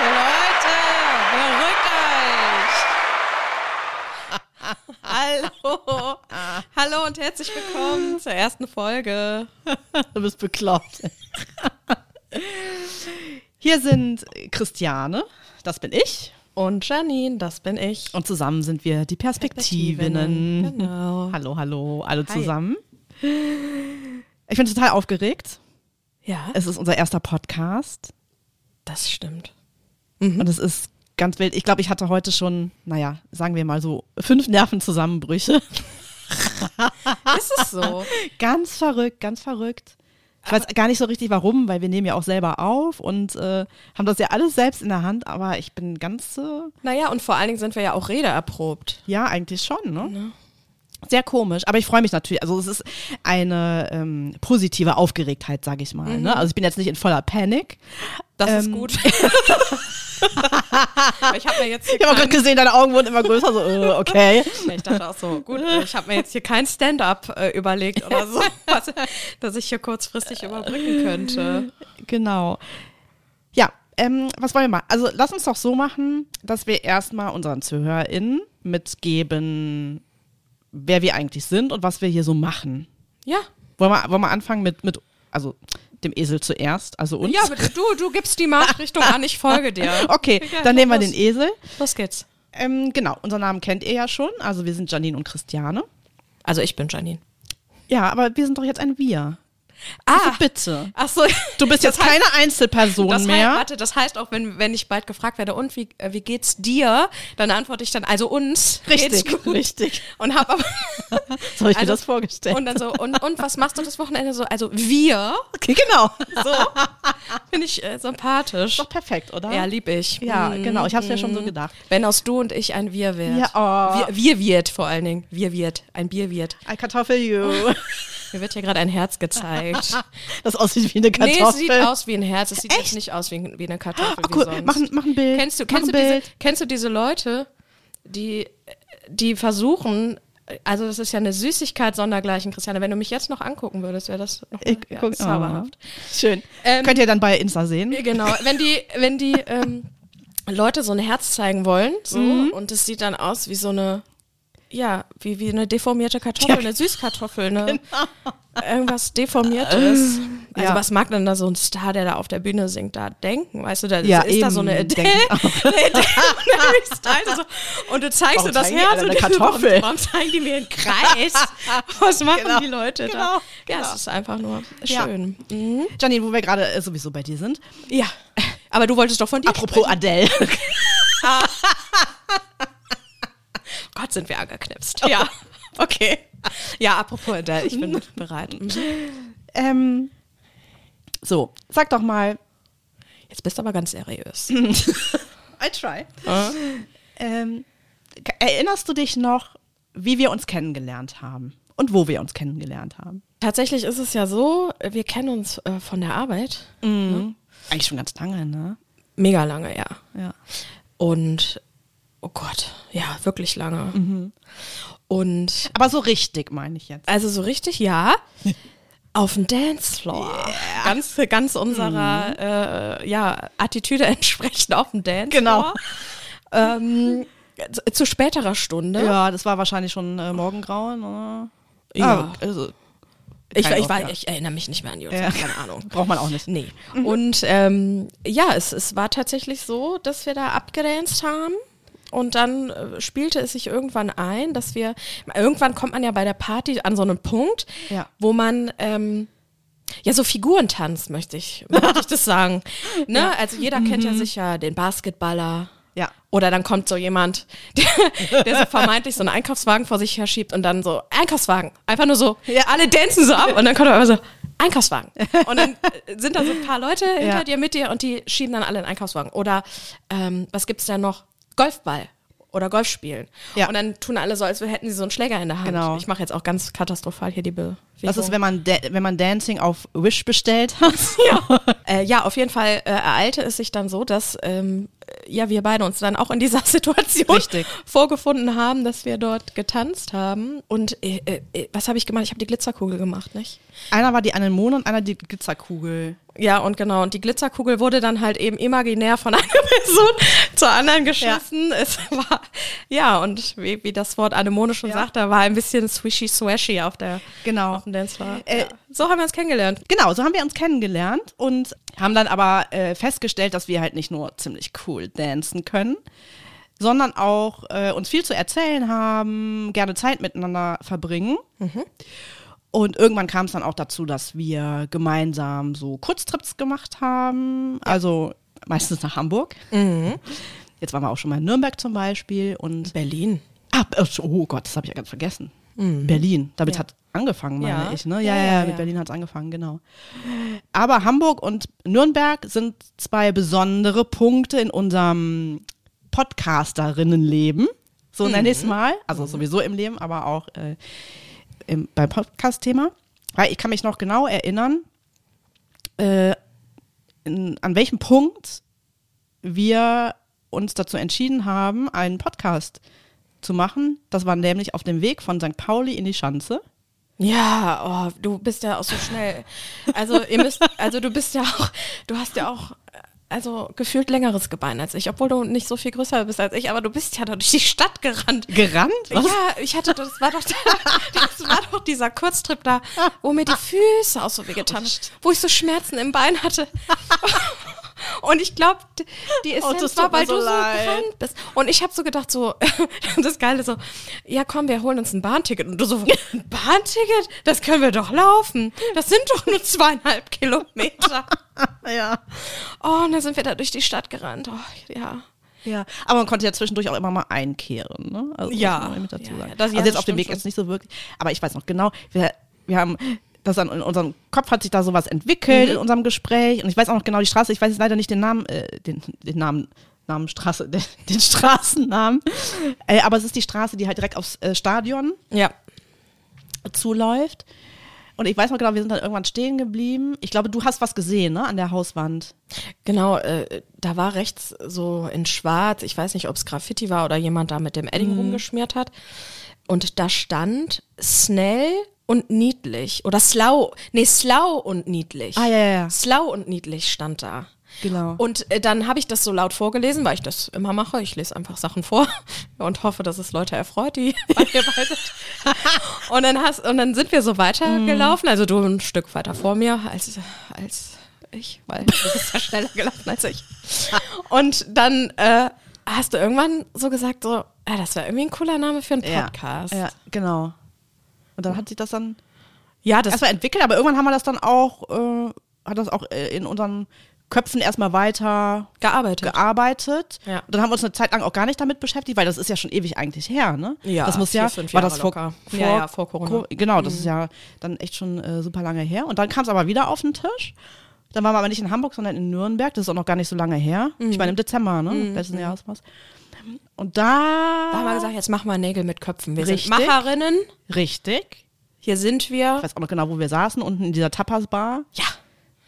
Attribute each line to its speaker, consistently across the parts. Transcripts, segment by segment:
Speaker 1: und herzlich willkommen zur ersten Folge.
Speaker 2: Du bist bekloppt. Hier sind Christiane, das bin ich.
Speaker 1: Und Janine, das bin ich.
Speaker 2: Und zusammen sind wir die Perspektivinnen.
Speaker 1: Perspektivinnen, genau.
Speaker 2: Hallo, hallo, alle
Speaker 1: Hi.
Speaker 2: zusammen. Ich bin total aufgeregt.
Speaker 1: Ja,
Speaker 2: Es ist unser erster Podcast
Speaker 1: das stimmt.
Speaker 2: und es ist ganz wild. Ich glaube, ich hatte heute schon, naja, sagen wir mal so, fünf Nervenzusammenbrüche.
Speaker 1: Ist es so?
Speaker 2: Ganz verrückt, ganz verrückt. Ich weiß gar nicht so richtig warum, weil wir nehmen ja auch selber auf und äh, haben das ja alles selbst in der Hand, aber ich bin ganz, äh,
Speaker 1: naja, und vor allen Dingen sind wir ja auch Rede erprobt.
Speaker 2: ja, eigentlich schon, ne? Sehr komisch, aber ich freue mich natürlich. Also es ist eine ähm, positive Aufgeregtheit, sage ich mal.
Speaker 1: Mhm.
Speaker 2: Ne? Also ich bin jetzt nicht in voller Panik.
Speaker 1: Das ist
Speaker 2: Ähm.
Speaker 1: gut. ich habe mir jetzt hier
Speaker 2: Ich habe auch
Speaker 1: kein,
Speaker 2: gerade gesehen, deine Augen wurden immer größer, so äh, okay.
Speaker 1: ich dachte auch so, gut, ich habe mir jetzt hier kein Stand-up äh, überlegt oder so, was, dass ich hier kurzfristig überbrücken könnte.
Speaker 2: Genau. Ja, ähm, was wollen wir machen? Also lass uns doch so machen, dass wir erstmal unseren ZuhörerInnen mitgeben, wer wir eigentlich sind und was wir hier so machen.
Speaker 1: Ja.
Speaker 2: Wollen wir, wollen wir anfangen mit, mit, also dem Esel zuerst, also uns?
Speaker 1: Ja, bitte, du, du gibst die Marschrichtung an, ich folge dir.
Speaker 2: Okay,
Speaker 1: Ja,
Speaker 2: dann nehmen wir
Speaker 1: los.
Speaker 2: den Esel.
Speaker 1: Los geht's.
Speaker 2: Ähm, genau, unseren Namen kennt ihr ja schon. Also wir sind Janine und Christiane.
Speaker 1: Also ich bin Janine.
Speaker 2: Ja, aber wir sind doch jetzt ein Wir. Also
Speaker 1: Ah,
Speaker 2: bitte.
Speaker 1: ach so.
Speaker 2: Du bist jetzt keine Einzelperson
Speaker 1: Das heißt,
Speaker 2: mehr.
Speaker 1: warte, das heißt auch, wenn, wenn ich bald gefragt werde, und wie, äh, wie geht's dir, dann antworte ich dann, also uns geht's
Speaker 2: Richtig,
Speaker 1: gut.
Speaker 2: richtig.
Speaker 1: Und hab aber,
Speaker 2: So habe ich mir
Speaker 1: Also-
Speaker 2: das vorgestellt.
Speaker 1: und dann so, und, und was machst du das Wochenende so? Also wir,
Speaker 2: okay, genau.
Speaker 1: so, finde ich äh, sympathisch.
Speaker 2: Doch perfekt, oder?
Speaker 1: Ja, lieb ich.
Speaker 2: Ja,
Speaker 1: Mhm.
Speaker 2: genau. Ich habe es ja schon so gedacht.
Speaker 1: Wenn aus du und ich ein Wir wird.
Speaker 2: Ja, oh.
Speaker 1: wir, wir wird vor allen Dingen. Wir wird. Ein Bier wird.
Speaker 2: Ein
Speaker 1: Oh.
Speaker 2: Kartoffel,
Speaker 1: Mir wird hier gerade ein Herz gezeigt.
Speaker 2: das aussieht wie eine
Speaker 1: nee,
Speaker 2: Kartoffel.
Speaker 1: es sieht aus wie ein Herz. Es sieht jetzt
Speaker 2: Echt?
Speaker 1: nicht aus wie, ein- wie eine Kartoffel.
Speaker 2: Oh, cool.
Speaker 1: wie sonst.
Speaker 2: Mach, ein- mach ein Bild.
Speaker 1: Kennst du,
Speaker 2: mach
Speaker 1: kennst, du
Speaker 2: ein
Speaker 1: diese,
Speaker 2: Bild.
Speaker 1: kennst du diese Leute, die, die versuchen, also das ist ja eine Süßigkeit sondergleichen, Christiane. Wenn du mich jetzt noch angucken würdest, wäre das noch
Speaker 2: Ich,
Speaker 1: ja,
Speaker 2: guck,
Speaker 1: zauberhaft.
Speaker 2: oh, schön.
Speaker 1: Ähm,
Speaker 2: Könnt ihr dann bei Insta sehen?
Speaker 1: Genau, wenn die, wenn die ähm, Leute so ein Herz zeigen wollen, so,
Speaker 2: Mhm.
Speaker 1: und es sieht dann aus wie so eine, ja, wie, wie eine deformierte Kartoffel, eine Süßkartoffel, eine, irgendwas Deformiertes. Also
Speaker 2: Genau. Äh. Ja.
Speaker 1: was mag denn da so ein Star, der da auf der Bühne singt, da denken, weißt du, da
Speaker 2: Ja,
Speaker 1: ist da so eine
Speaker 2: eben,
Speaker 1: Adele,
Speaker 2: denken
Speaker 1: eine Adele und Harry Styles und so. und du zeigst
Speaker 2: Warum
Speaker 1: dir das
Speaker 2: zeigen die
Speaker 1: Herz
Speaker 2: alle
Speaker 1: und
Speaker 2: eine
Speaker 1: du-
Speaker 2: Kartoffel?
Speaker 1: Warum, warum zeigen die mir einen Kreis? Was machen
Speaker 2: Genau,
Speaker 1: die Leute
Speaker 2: genau,
Speaker 1: da? Ja, es ist einfach nur
Speaker 2: Ja.
Speaker 1: schön.
Speaker 2: Janine, wo wir gerade äh, sowieso bei dir sind.
Speaker 1: Ja. Aber du wolltest doch von dir
Speaker 2: Apropos Adele.
Speaker 1: Gott, sind wir angeknipst. Ja.
Speaker 2: okay.
Speaker 1: Oh. Ja, apropos Adele, ich bin bereit.
Speaker 2: Ähm, so, sag doch mal.
Speaker 1: Jetzt bist du aber ganz seriös.
Speaker 2: I try. Ähm, k- erinnerst du dich noch, wie wir uns kennengelernt haben und wo wir uns kennengelernt haben?
Speaker 1: Tatsächlich ist es ja so, wir kennen uns äh, von der Arbeit.
Speaker 2: Eigentlich schon ganz lange, ne?
Speaker 1: Mega lange, ja.
Speaker 2: Ja.
Speaker 1: Und, oh Gott, ja, wirklich lange. Und,
Speaker 2: Aber so richtig, meine ich jetzt.
Speaker 1: also so richtig, ja, auf dem Dancefloor. Ganz, ganz unserer äh, ja, Attitüde entsprechend auf dem Dancefloor. Genau. Ähm, zu, zu späterer Stunde.
Speaker 2: Ja, das war wahrscheinlich schon äh, Morgengrauen, oder?
Speaker 1: Ja.
Speaker 2: Ah, also,
Speaker 1: Ich,
Speaker 2: Keine
Speaker 1: ich, war,
Speaker 2: Aufgabe.
Speaker 1: ich erinnere mich nicht mehr an die
Speaker 2: Ja. Mhm.
Speaker 1: Uhrzeit, keine Ahnung.
Speaker 2: braucht man auch nicht.
Speaker 1: Nee. Und ähm, ja, es, es war tatsächlich so, dass wir da abgedanced haben. Und dann äh, spielte es sich irgendwann ein, dass wir, irgendwann kommt man ja bei der Party an so einen Punkt,
Speaker 2: Ja.
Speaker 1: wo man, ähm, ja, so Figuren tanzt, möchte ich, möchte ich das sagen. Ne? Also jeder kennt
Speaker 2: Mhm.
Speaker 1: ja sicher den Basketballer.
Speaker 2: Ja.
Speaker 1: Oder dann kommt so jemand, der, der so vermeintlich so einen Einkaufswagen vor sich her schiebt und dann so, Einkaufswagen. Einfach nur so,
Speaker 2: Ja.
Speaker 1: alle tanzen so ab und dann kommt aber so, Einkaufswagen. Und dann äh, sind da so ein paar Leute hinter
Speaker 2: Ja.
Speaker 1: dir, mit dir und die schieben dann alle einen Einkaufswagen. Oder ähm, was gibt's da noch? Golfball. Oder Golf spielen.
Speaker 2: Ja.
Speaker 1: Und dann tun alle so, als hätten sie so einen Schläger in der Hand.
Speaker 2: Genau.
Speaker 1: Ich mache jetzt auch ganz katastrophal hier die Bewegung.
Speaker 2: Das ist, wenn man, da wenn man Dancing auf Wish bestellt hat.
Speaker 1: Äh, ja, auf jeden Fall äh, ereilte es sich dann so, dass ähm, ja wir beide uns dann auch in dieser Situation
Speaker 2: Richtig.
Speaker 1: vorgefunden haben, dass wir dort getanzt haben. Und äh, äh, äh, was habe ich gemacht? Ich habe die Glitzerkugel gemacht, nicht?
Speaker 2: Einer war die Anemone und einer die Glitzerkugel.
Speaker 1: Ja, und genau. Und die Glitzerkugel wurde dann halt eben imaginär von einer Person zur anderen geschossen. Es war, ja, und wie, wie das Wort Anemone schon
Speaker 2: Ja.
Speaker 1: sagt, da war ein bisschen swishy-swashy auf, der,
Speaker 2: Genau.
Speaker 1: auf dem Dancefloor.
Speaker 2: Äh,
Speaker 1: ja. So haben wir uns kennengelernt.
Speaker 2: Genau, so haben wir uns kennengelernt und haben dann aber äh, festgestellt, dass wir halt nicht nur ziemlich cool dancen können, sondern auch äh, uns viel zu erzählen haben, gerne Zeit miteinander verbringen. Und irgendwann kam es dann auch dazu, dass wir gemeinsam so Kurztrips gemacht haben, also meistens nach Hamburg. Jetzt waren wir auch schon mal in Nürnberg zum Beispiel und
Speaker 1: Berlin.
Speaker 2: Ah, oh Gott, das habe ich ja ganz vergessen. Berlin, damit
Speaker 1: Mhm. Ja.
Speaker 2: hat angefangen, meine
Speaker 1: Ja.
Speaker 2: ich. Ne?
Speaker 1: Ja,
Speaker 2: Ja, ja,
Speaker 1: ja,
Speaker 2: ja,
Speaker 1: ja.
Speaker 2: mit Berlin hat es angefangen, genau. Aber Hamburg und Nürnberg sind zwei besondere Punkte in unserem Podcasterinnenleben, so
Speaker 1: Mhm.
Speaker 2: nenne ich es mal. Also sowieso im Leben, aber auch äh, im, beim Podcast-Thema. Weil ich kann mich noch genau erinnern, äh, in, an welchem Punkt wir uns dazu entschieden haben, einen Podcast zu machen. Das war nämlich auf dem Weg von St. Pauli in die Schanze.
Speaker 1: Ja, oh, du bist ja auch so schnell. Also ihr müsst, also du bist ja auch, du hast ja auch, äh, also gefühlt längeres Gebein als ich, obwohl du nicht so viel größer bist als ich, aber du bist ja da durch die Stadt gerannt.
Speaker 2: Gerannt? Was?
Speaker 1: Ja, ich hatte, das war doch, der, das war doch dieser Kurztrip da, wo mir die Füße auch so wehgetan haben, wo ich so Schmerzen im Bein hatte. Und ich glaube, die
Speaker 2: Oh, das
Speaker 1: Essenz
Speaker 2: tut
Speaker 1: war, weil
Speaker 2: mir so
Speaker 1: du
Speaker 2: leid.
Speaker 1: so gerannt bist. Und ich habe so gedacht, so, das Geile so, ja komm, wir holen uns ein Bahnticket. Und du so, ein Bahnticket? Das können wir doch laufen. Das sind doch nur zweieinhalb Kilometer.
Speaker 2: Ja. ja.
Speaker 1: Oh, und dann sind wir da durch die Stadt gerannt. Oh, ja.
Speaker 2: Aber man konnte ja zwischendurch auch immer mal einkehren. Ne? Also, das
Speaker 1: Ja.
Speaker 2: muss man Mit dazu
Speaker 1: Ja,
Speaker 2: sagen.
Speaker 1: ja, das- ja,
Speaker 2: also jetzt
Speaker 1: das
Speaker 2: auf dem
Speaker 1: stimmt
Speaker 2: Weg
Speaker 1: schon.
Speaker 2: jetzt nicht so wirklich. Aber ich weiß noch genau, wir, wir haben. Das an, in unserem Kopf hat sich da sowas
Speaker 1: Mhm.
Speaker 2: entwickelt in unserem Gespräch. Und ich weiß auch noch genau die Straße. Ich weiß jetzt leider nicht den Namen, äh, den, den Namen, Namen Straße, den, den Straßennamen. Äh, aber es ist die Straße, die halt direkt aufs äh, Stadion
Speaker 1: Ja.
Speaker 2: zuläuft. Und ich weiß noch genau, wir sind dann irgendwann stehen geblieben. Ich glaube, du hast was gesehen, ne? An der Hauswand.
Speaker 1: Genau, äh, da war rechts so in schwarz, ich weiß nicht, ob es Graffiti war oder jemand da mit dem Edding
Speaker 2: Mhm.
Speaker 1: rumgeschmiert hat. Und da stand schnell und niedlich oder slau, nee, slau und niedlich.
Speaker 2: Ah, ja, ja, ja.
Speaker 1: Slau und niedlich stand da.
Speaker 2: Genau.
Speaker 1: Und äh, dann habe ich das so laut vorgelesen, weil ich das immer mache. Ich lese einfach Sachen vor und hoffe, dass es Leute erfreut, die bei mir bei sind. Und dann, hast, und dann sind wir so
Speaker 2: Mhm.
Speaker 1: weitergelaufen, also du ein Stück weiter vor mir als, als ich, weil du bist ja schneller gelaufen als ich. Und dann äh, hast du irgendwann so gesagt, so, ah, das war irgendwie ein cooler Name für einen Podcast.
Speaker 2: Ja, ja, genau. Und dann hat sich das dann
Speaker 1: Ja, das
Speaker 2: erstmal entwickelt, aber irgendwann haben wir das dann auch, äh, hat das auch äh, in unseren Köpfen erstmal weiter
Speaker 1: gearbeitet.
Speaker 2: gearbeitet.
Speaker 1: Ja.
Speaker 2: Und dann haben wir uns eine Zeit lang auch gar nicht damit beschäftigt, weil das ist ja schon ewig eigentlich her, ne?
Speaker 1: Ja,
Speaker 2: das muss
Speaker 1: vier,
Speaker 2: ja,
Speaker 1: fünf
Speaker 2: war
Speaker 1: Jahre
Speaker 2: das vor,
Speaker 1: locker.
Speaker 2: vor,
Speaker 1: Ja, ja, vor Corona. Mhm.
Speaker 2: Co- Genau, das ist ja dann echt schon äh, super lange her. Und dann kam es aber wieder auf den Tisch. Dann waren wir aber nicht in Hamburg, sondern in Nürnberg. Das ist auch noch gar nicht so lange her.
Speaker 1: Mhm.
Speaker 2: Ich meine, im Dezember, ne? Letzten Jahres war's. Und da.
Speaker 1: da haben wir gesagt, jetzt machen wir Nägel mit Köpfen. Wir
Speaker 2: Richtig.
Speaker 1: sind Macherinnen,
Speaker 2: Richtig.
Speaker 1: hier sind
Speaker 2: Ich
Speaker 1: wir.
Speaker 2: weiß auch noch genau, wo wir saßen, unten in dieser Tapas-Bar
Speaker 1: Ja,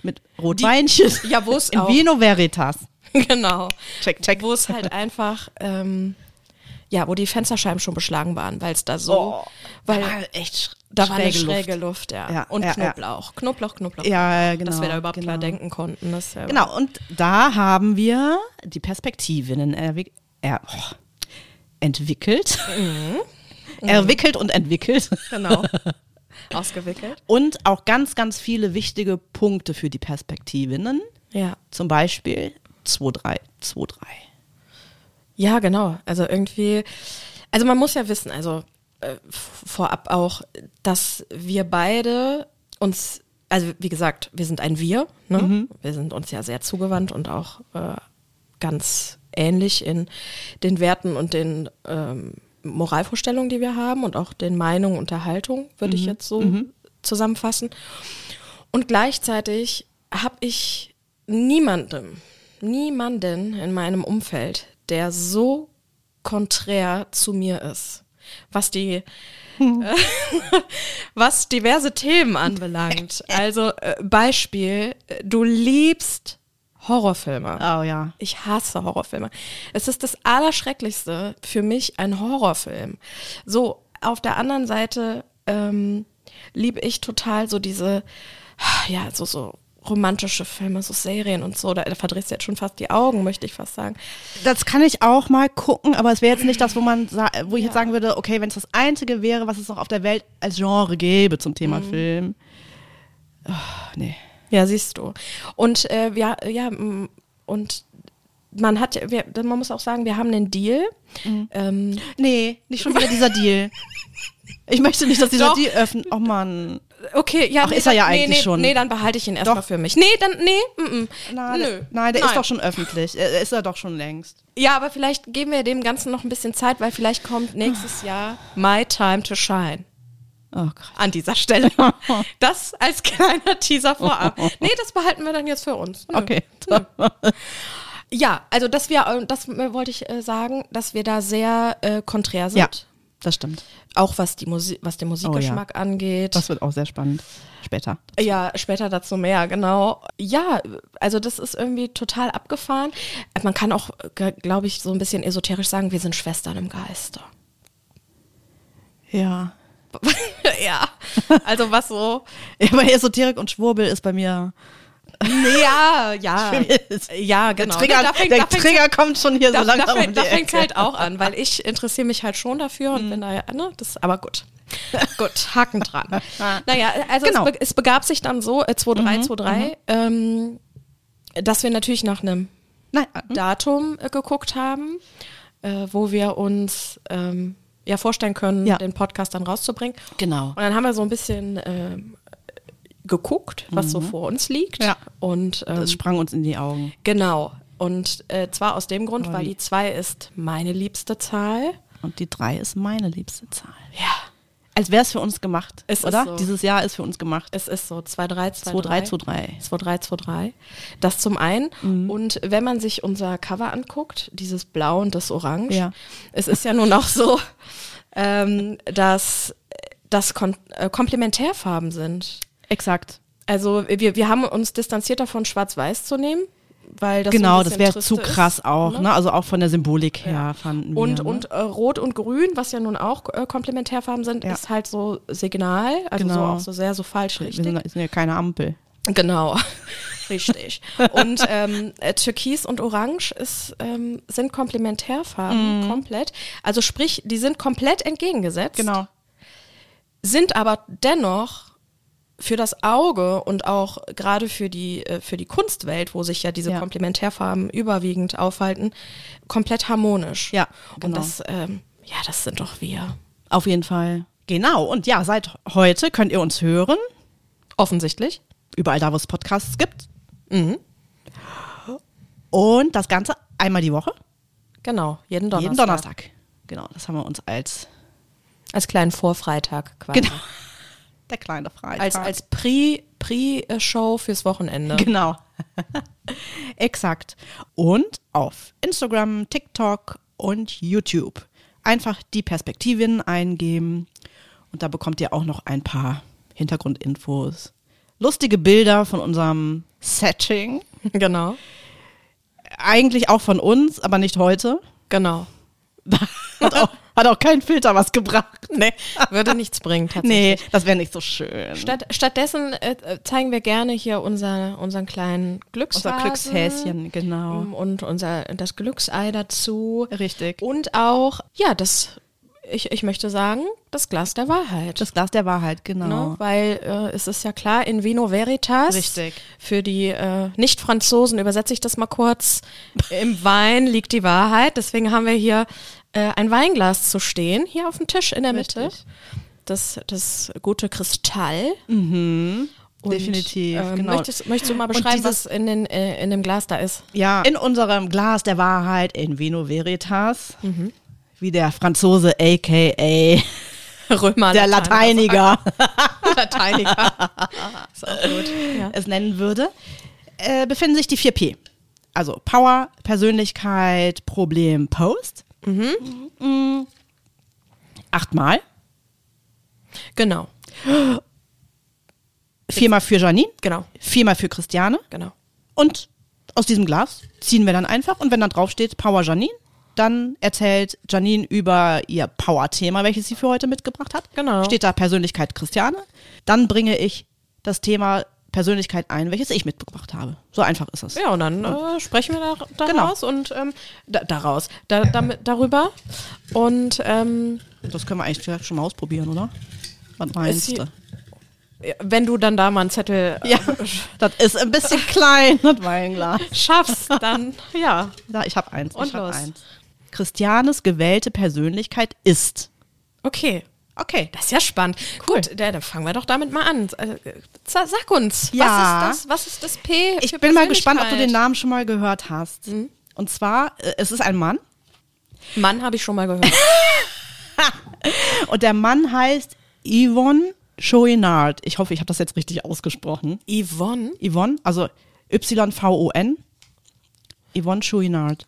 Speaker 2: mit Rotweinchen.
Speaker 1: ja, wo es
Speaker 2: In
Speaker 1: auch.
Speaker 2: Vino Veritas.
Speaker 1: genau.
Speaker 2: Check, check.
Speaker 1: Wo es halt einfach, ähm, ja, wo die Fensterscheiben schon beschlagen waren, weil es da so, Oh, weil
Speaker 2: echt sch-
Speaker 1: da war eine
Speaker 2: Oh, schräge
Speaker 1: schräge Luft, ja.
Speaker 2: Ja,
Speaker 1: Und
Speaker 2: ja, ja.
Speaker 1: Knoblauch. Knoblauch, Knoblauch.
Speaker 2: Ja, genau.
Speaker 1: Dass wir da überhaupt
Speaker 2: genau.
Speaker 1: klar denken konnten. Das ist ja
Speaker 2: Genau, und da haben wir die Perspektivinnen erwi- er oh, entwickelt. Mhm. Erwickelt und entwickelt.
Speaker 1: genau. Ausgewickelt.
Speaker 2: Und auch ganz, ganz viele wichtige Punkte für die Perspektivinnen.
Speaker 1: Ja.
Speaker 2: Zum Beispiel 2323.
Speaker 1: Ja, genau. Also irgendwie, also man muss ja wissen, also äh, v- vorab auch, dass wir beide uns, also wie gesagt, wir sind ein Wir, ne? Wir sind uns ja sehr zugewandt und auch äh, ganz ähnlich in den Werten und den ähm, Moralvorstellungen, die wir haben und auch den Meinungen und der Haltung, würde ich jetzt so zusammenfassen. Und gleichzeitig habe ich niemandem, niemanden in meinem Umfeld, der so konträr zu mir ist, was die, äh, was diverse Themen anbelangt. Also äh, Beispiel, äh, du liebst Horrorfilme.
Speaker 2: Oh ja.
Speaker 1: Ich hasse Horrorfilme. Es ist das Allerschrecklichste für mich, ein Horrorfilm. So, auf der anderen Seite ähm, liebe ich total so diese, ja, so, so romantische Filme, so Serien und so. Da, da verdrehst du jetzt schon fast die Augen, möchte ich fast sagen.
Speaker 2: Das kann ich auch mal gucken, aber es wäre jetzt nicht das, wo man sa- wo ich jetzt sagen würde, okay, wenn es das einzige wäre, was es noch auf der Welt als Genre gäbe zum Thema Film. Oh, nee.
Speaker 1: Ja, siehst du. Und äh, ja, ja, mm, und man hat, ja- wir, man muss auch sagen, wir haben einen Deal.
Speaker 2: Mhm.
Speaker 1: Ähm,
Speaker 2: Nee, nicht schon wieder dieser Deal. Ich möchte nicht, dass dieser
Speaker 1: Doch.
Speaker 2: Deal öffnen. Oh Mann.
Speaker 1: okay, ja,
Speaker 2: Ach, ist er
Speaker 1: dann-
Speaker 2: ja
Speaker 1: nee,
Speaker 2: eigentlich
Speaker 1: nee,
Speaker 2: schon.
Speaker 1: Nee, dann behalte ich ihn erstmal
Speaker 2: Doch.
Speaker 1: für mich. Nee, dann, nee, mm, mm.
Speaker 2: Nein,
Speaker 1: Nö.
Speaker 2: der, nein, der ist doch schon öffentlich. Er ist er doch schon längst.
Speaker 1: Ja, aber vielleicht geben wir dem Ganzen noch ein bisschen Zeit, weil vielleicht kommt nächstes Jahr My Time to Shine.
Speaker 2: Oh Gott.
Speaker 1: An dieser Stelle. Das als kleiner Teaser vorab. Nee, das behalten wir dann jetzt für uns. Nö.
Speaker 2: Okay.
Speaker 1: Ja, also dass wir, äh, das äh, wollte ich äh, sagen, dass wir da sehr äh, konträr sind.
Speaker 2: Ja, das stimmt.
Speaker 1: Auch was die Musik, was den Musikgeschmack angeht.
Speaker 2: Das wird auch sehr spannend. Später.
Speaker 1: ja, später dazu mehr, genau. Ja, also das ist irgendwie total abgefahren. Man kann auch, glaube ich, so ein bisschen esoterisch sagen, wir sind Schwestern im Geiste.
Speaker 2: Ja.
Speaker 1: ja, also was so.
Speaker 2: Aber Esoterik und Schwurbel ist bei mir.
Speaker 1: Ja, ja. Ah. Ja, genau.
Speaker 2: Der Trigger,
Speaker 1: Da fängt-
Speaker 2: der
Speaker 1: da fängt's-
Speaker 2: Trigger kommt schon hier
Speaker 1: Da,
Speaker 2: so langsam
Speaker 1: da,
Speaker 2: um
Speaker 1: fängt-
Speaker 2: die
Speaker 1: da fängt
Speaker 2: Ecke. Mhm.
Speaker 1: halt auch an, weil ich interessiere mich halt schon dafür und bin da ja, ne, das, aber gut. Gut, Haken dran. Naja, also
Speaker 2: Genau. Mhm,
Speaker 1: es, be es begab sich dann so, äh, 2323, ähm, dass wir natürlich nach einem
Speaker 2: Nein,
Speaker 1: Datum äh, geguckt haben, äh, wo wir uns ähm, ja vorstellen können,
Speaker 2: Ja.
Speaker 1: den Podcast dann rauszubringen.
Speaker 2: genau.
Speaker 1: Und dann haben wir so ein bisschen ähm, geguckt, was so vor uns liegt.
Speaker 2: Mhm. Ja.
Speaker 1: Und ähm,
Speaker 2: Das sprang uns in die Augen.
Speaker 1: genau. Und äh, zwar aus dem Grund,
Speaker 2: Aber
Speaker 1: weil
Speaker 2: wie-
Speaker 1: die 2 ist meine liebste Zahl.
Speaker 2: Und die drei ist meine liebste Zahl.
Speaker 1: Ja.
Speaker 2: Als wäre es für uns gemacht,
Speaker 1: Es ist
Speaker 2: oder?
Speaker 1: so.
Speaker 2: Dieses Jahr ist für uns gemacht.
Speaker 1: Es ist so 2, 3, 2,
Speaker 2: 2, 3,
Speaker 1: 3.
Speaker 2: 2, 3.
Speaker 1: 2323. Das zum einen.
Speaker 2: Mhm.
Speaker 1: Und wenn man sich unser Cover anguckt, dieses Blau und das Orange,
Speaker 2: Ja.
Speaker 1: es ist ja nun auch so, ähm, dass das Kon äh, Komplementärfarben sind.
Speaker 2: Exakt.
Speaker 1: Also wir, wir haben uns distanziert davon, Schwarz-Weiß zu nehmen, weil das so ein
Speaker 2: Genau, das
Speaker 1: bisschen
Speaker 2: wäre
Speaker 1: triste
Speaker 2: zu krass
Speaker 1: ist,
Speaker 2: auch.
Speaker 1: ne?
Speaker 2: Ne? Also auch von der Symbolik her fanden wir.
Speaker 1: Und,
Speaker 2: ne?
Speaker 1: und äh, Rot und Grün, was ja nun auch äh, Komplementärfarben sind,
Speaker 2: Ja.
Speaker 1: ist halt so Signal, also so
Speaker 2: Genau.
Speaker 1: auch so sehr so falsch
Speaker 2: wir
Speaker 1: richtig.
Speaker 2: sind, sind ja keine Ampel.
Speaker 1: Genau, richtig. Und ähm, äh, Türkis und Orange ist, ähm, sind Komplementärfarben
Speaker 2: Mhm.
Speaker 1: komplett. Also sprich, die sind komplett entgegengesetzt,
Speaker 2: Genau.
Speaker 1: sind aber dennoch für das Auge und auch gerade für die äh, für die Kunstwelt, wo sich ja diese
Speaker 2: Ja.
Speaker 1: Komplementärfarben überwiegend aufhalten, komplett harmonisch.
Speaker 2: Ja,
Speaker 1: Und
Speaker 2: genau.
Speaker 1: das, ähm, ja, das sind doch wir.
Speaker 2: Auf jeden Fall. Genau. Und ja, seit heute könnt ihr uns hören.
Speaker 1: Offensichtlich.
Speaker 2: Überall da, wo es Podcasts gibt. Mhm. Und das Ganze einmal die Woche.
Speaker 1: Genau, jeden Donnerstag.
Speaker 2: Jeden Donnerstag. Genau, das haben wir uns als
Speaker 1: Als kleinen Vorfreitag quasi.
Speaker 2: Genau. Der kleine Freitag.
Speaker 1: Als, als Pre- Pre-Show fürs Wochenende.
Speaker 2: genau. Exakt. Und auf Instagram, TikTok und YouTube. Einfach die Perspektiven eingeben und da bekommt ihr auch noch ein paar Hintergrundinfos. Lustige Bilder von unserem Setting.
Speaker 1: Genau.
Speaker 2: Eigentlich auch von uns, aber nicht heute.
Speaker 1: Genau.
Speaker 2: hat, auch, hat auch kein Filter was gebracht. Nee,
Speaker 1: Würde nichts bringen, tatsächlich.
Speaker 2: nee das wäre nicht so schön.
Speaker 1: Statt, stattdessen äh, äh, zeigen wir gerne hier unser, unseren kleinen Glückshasen.
Speaker 2: Unser Glückshäschen, genau.
Speaker 1: Und unser, das Glücksei dazu.
Speaker 2: Richtig.
Speaker 1: Und auch, ja, das, ich, ich möchte sagen, das Glas der Wahrheit.
Speaker 2: Das Glas der Wahrheit, genau.
Speaker 1: Ne? Weil äh, es ist ja klar, in Vino Veritas.
Speaker 2: Richtig.
Speaker 1: Für die äh, Nicht-Franzosen übersetze ich das mal kurz. Im Wein liegt die Wahrheit. Deswegen haben wir hier äh, ein Weinglas zu stehen, hier auf dem Tisch in der Mitte.
Speaker 2: Richtig.
Speaker 1: Das, das gute Kristall. Und,
Speaker 2: Mhm. Definitiv,
Speaker 1: ähm,
Speaker 2: genau.
Speaker 1: Möchtest, möchtest du mal
Speaker 2: Und
Speaker 1: beschreiben, was
Speaker 2: dieses-
Speaker 1: in, den, äh, in dem Glas da ist?
Speaker 2: Ja, in unserem Glas der Wahrheit in Vino Veritas, wie der Franzose aka
Speaker 1: Römer.
Speaker 2: der
Speaker 1: Latein-
Speaker 2: Lateiniger
Speaker 1: Lateiniker. ist auch gut. Ja.
Speaker 2: es nennen würde, äh, befinden sich die 4P. Also Power, Persönlichkeit, Problem, Post. Mhm. Achtmal.
Speaker 1: Genau,
Speaker 2: Viermal für Janine,
Speaker 1: genau,
Speaker 2: viermal für Christiane.
Speaker 1: genau.
Speaker 2: Und aus diesem Glas ziehen wir dann einfach. Und wenn dann draufsteht Power Janine, dann erzählt Janine über ihr Power-Thema, welches sie für heute mitgebracht hat.
Speaker 1: Genau.
Speaker 2: Steht da Persönlichkeit Christiane. Dann bringe ich das Thema Persönlichkeit ein, welches ich mitgebracht habe. So einfach ist es.
Speaker 1: Ja, und dann äh, sprechen wir da,
Speaker 2: Genau.
Speaker 1: daraus und ähm, da, daraus, da, damit, darüber. Und ähm,
Speaker 2: Das können wir eigentlich direkt schon mal ausprobieren, oder? Was
Speaker 1: Ist
Speaker 2: meinst
Speaker 1: die-
Speaker 2: du?
Speaker 1: ja, wenn du dann da mal einen Zettel äh,
Speaker 2: Ja, das ist ein bisschen klein, das Weinglas.
Speaker 1: schaffst, dann ja.
Speaker 2: Da, ich habe eins.
Speaker 1: Und
Speaker 2: ich hab
Speaker 1: los.
Speaker 2: eins. Christianes gewählte Persönlichkeit ist.
Speaker 1: Okay.
Speaker 2: Okay.
Speaker 1: Das ist ja spannend. Gut, da, dann fangen wir doch damit mal an. Also, äh, sa- Sag uns,
Speaker 2: Ja.
Speaker 1: was ist das? Was ist das P?
Speaker 2: Ich
Speaker 1: für
Speaker 2: bin mal gespannt, ob du
Speaker 1: Persönlichkeit?
Speaker 2: den
Speaker 1: Mhm.
Speaker 2: Namen schon mal gehört hast. Und zwar, äh, es ist ein Mann
Speaker 1: Mann habe ich schon mal gehört.
Speaker 2: und der Mann heißt Yvonne Chouinard. Ich hoffe, ich habe das jetzt richtig ausgesprochen.
Speaker 1: Yvonne?
Speaker 2: Yvonne, also Y-V-O-N. Yvonne Chouinard.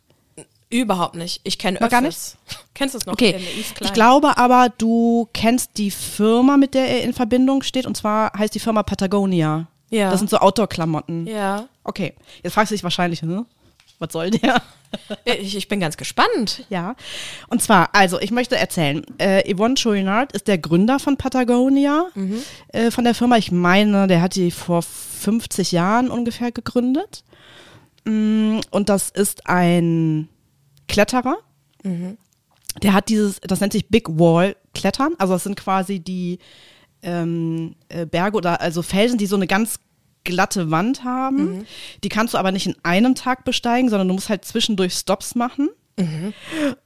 Speaker 1: Überhaupt nicht. Ich kenne
Speaker 2: Noch gar
Speaker 1: Öffis. Kennst du es noch?
Speaker 2: Okay,
Speaker 1: Kenne Yves Klein.
Speaker 2: ich glaube aber, du kennst die Firma, mit der er in Verbindung steht, und zwar heißt die Firma Patagonia.
Speaker 1: Ja.
Speaker 2: Das sind so Outdoor-Klamotten.
Speaker 1: Ja.
Speaker 2: Okay, jetzt fragst du dich wahrscheinlich, ne? was soll der?
Speaker 1: Ich, ich bin ganz gespannt.
Speaker 2: Ja, und zwar, also ich möchte erzählen, äh, Yvonne Chouinard ist der Gründer von Patagonia, äh, von der Firma, ich meine, der hat die vor 50 Jahren ungefähr gegründet. Mm, Und das ist ein Kletterer. Der hat dieses, das nennt sich Big Wall Klettern, also das sind quasi die ähm, äh, Berge oder also Felsen, die so eine ganz glatte Wand haben.
Speaker 1: Mhm.
Speaker 2: Die kannst du aber nicht in einem Tag besteigen, sondern du musst halt zwischendurch Stops machen.
Speaker 1: Mhm.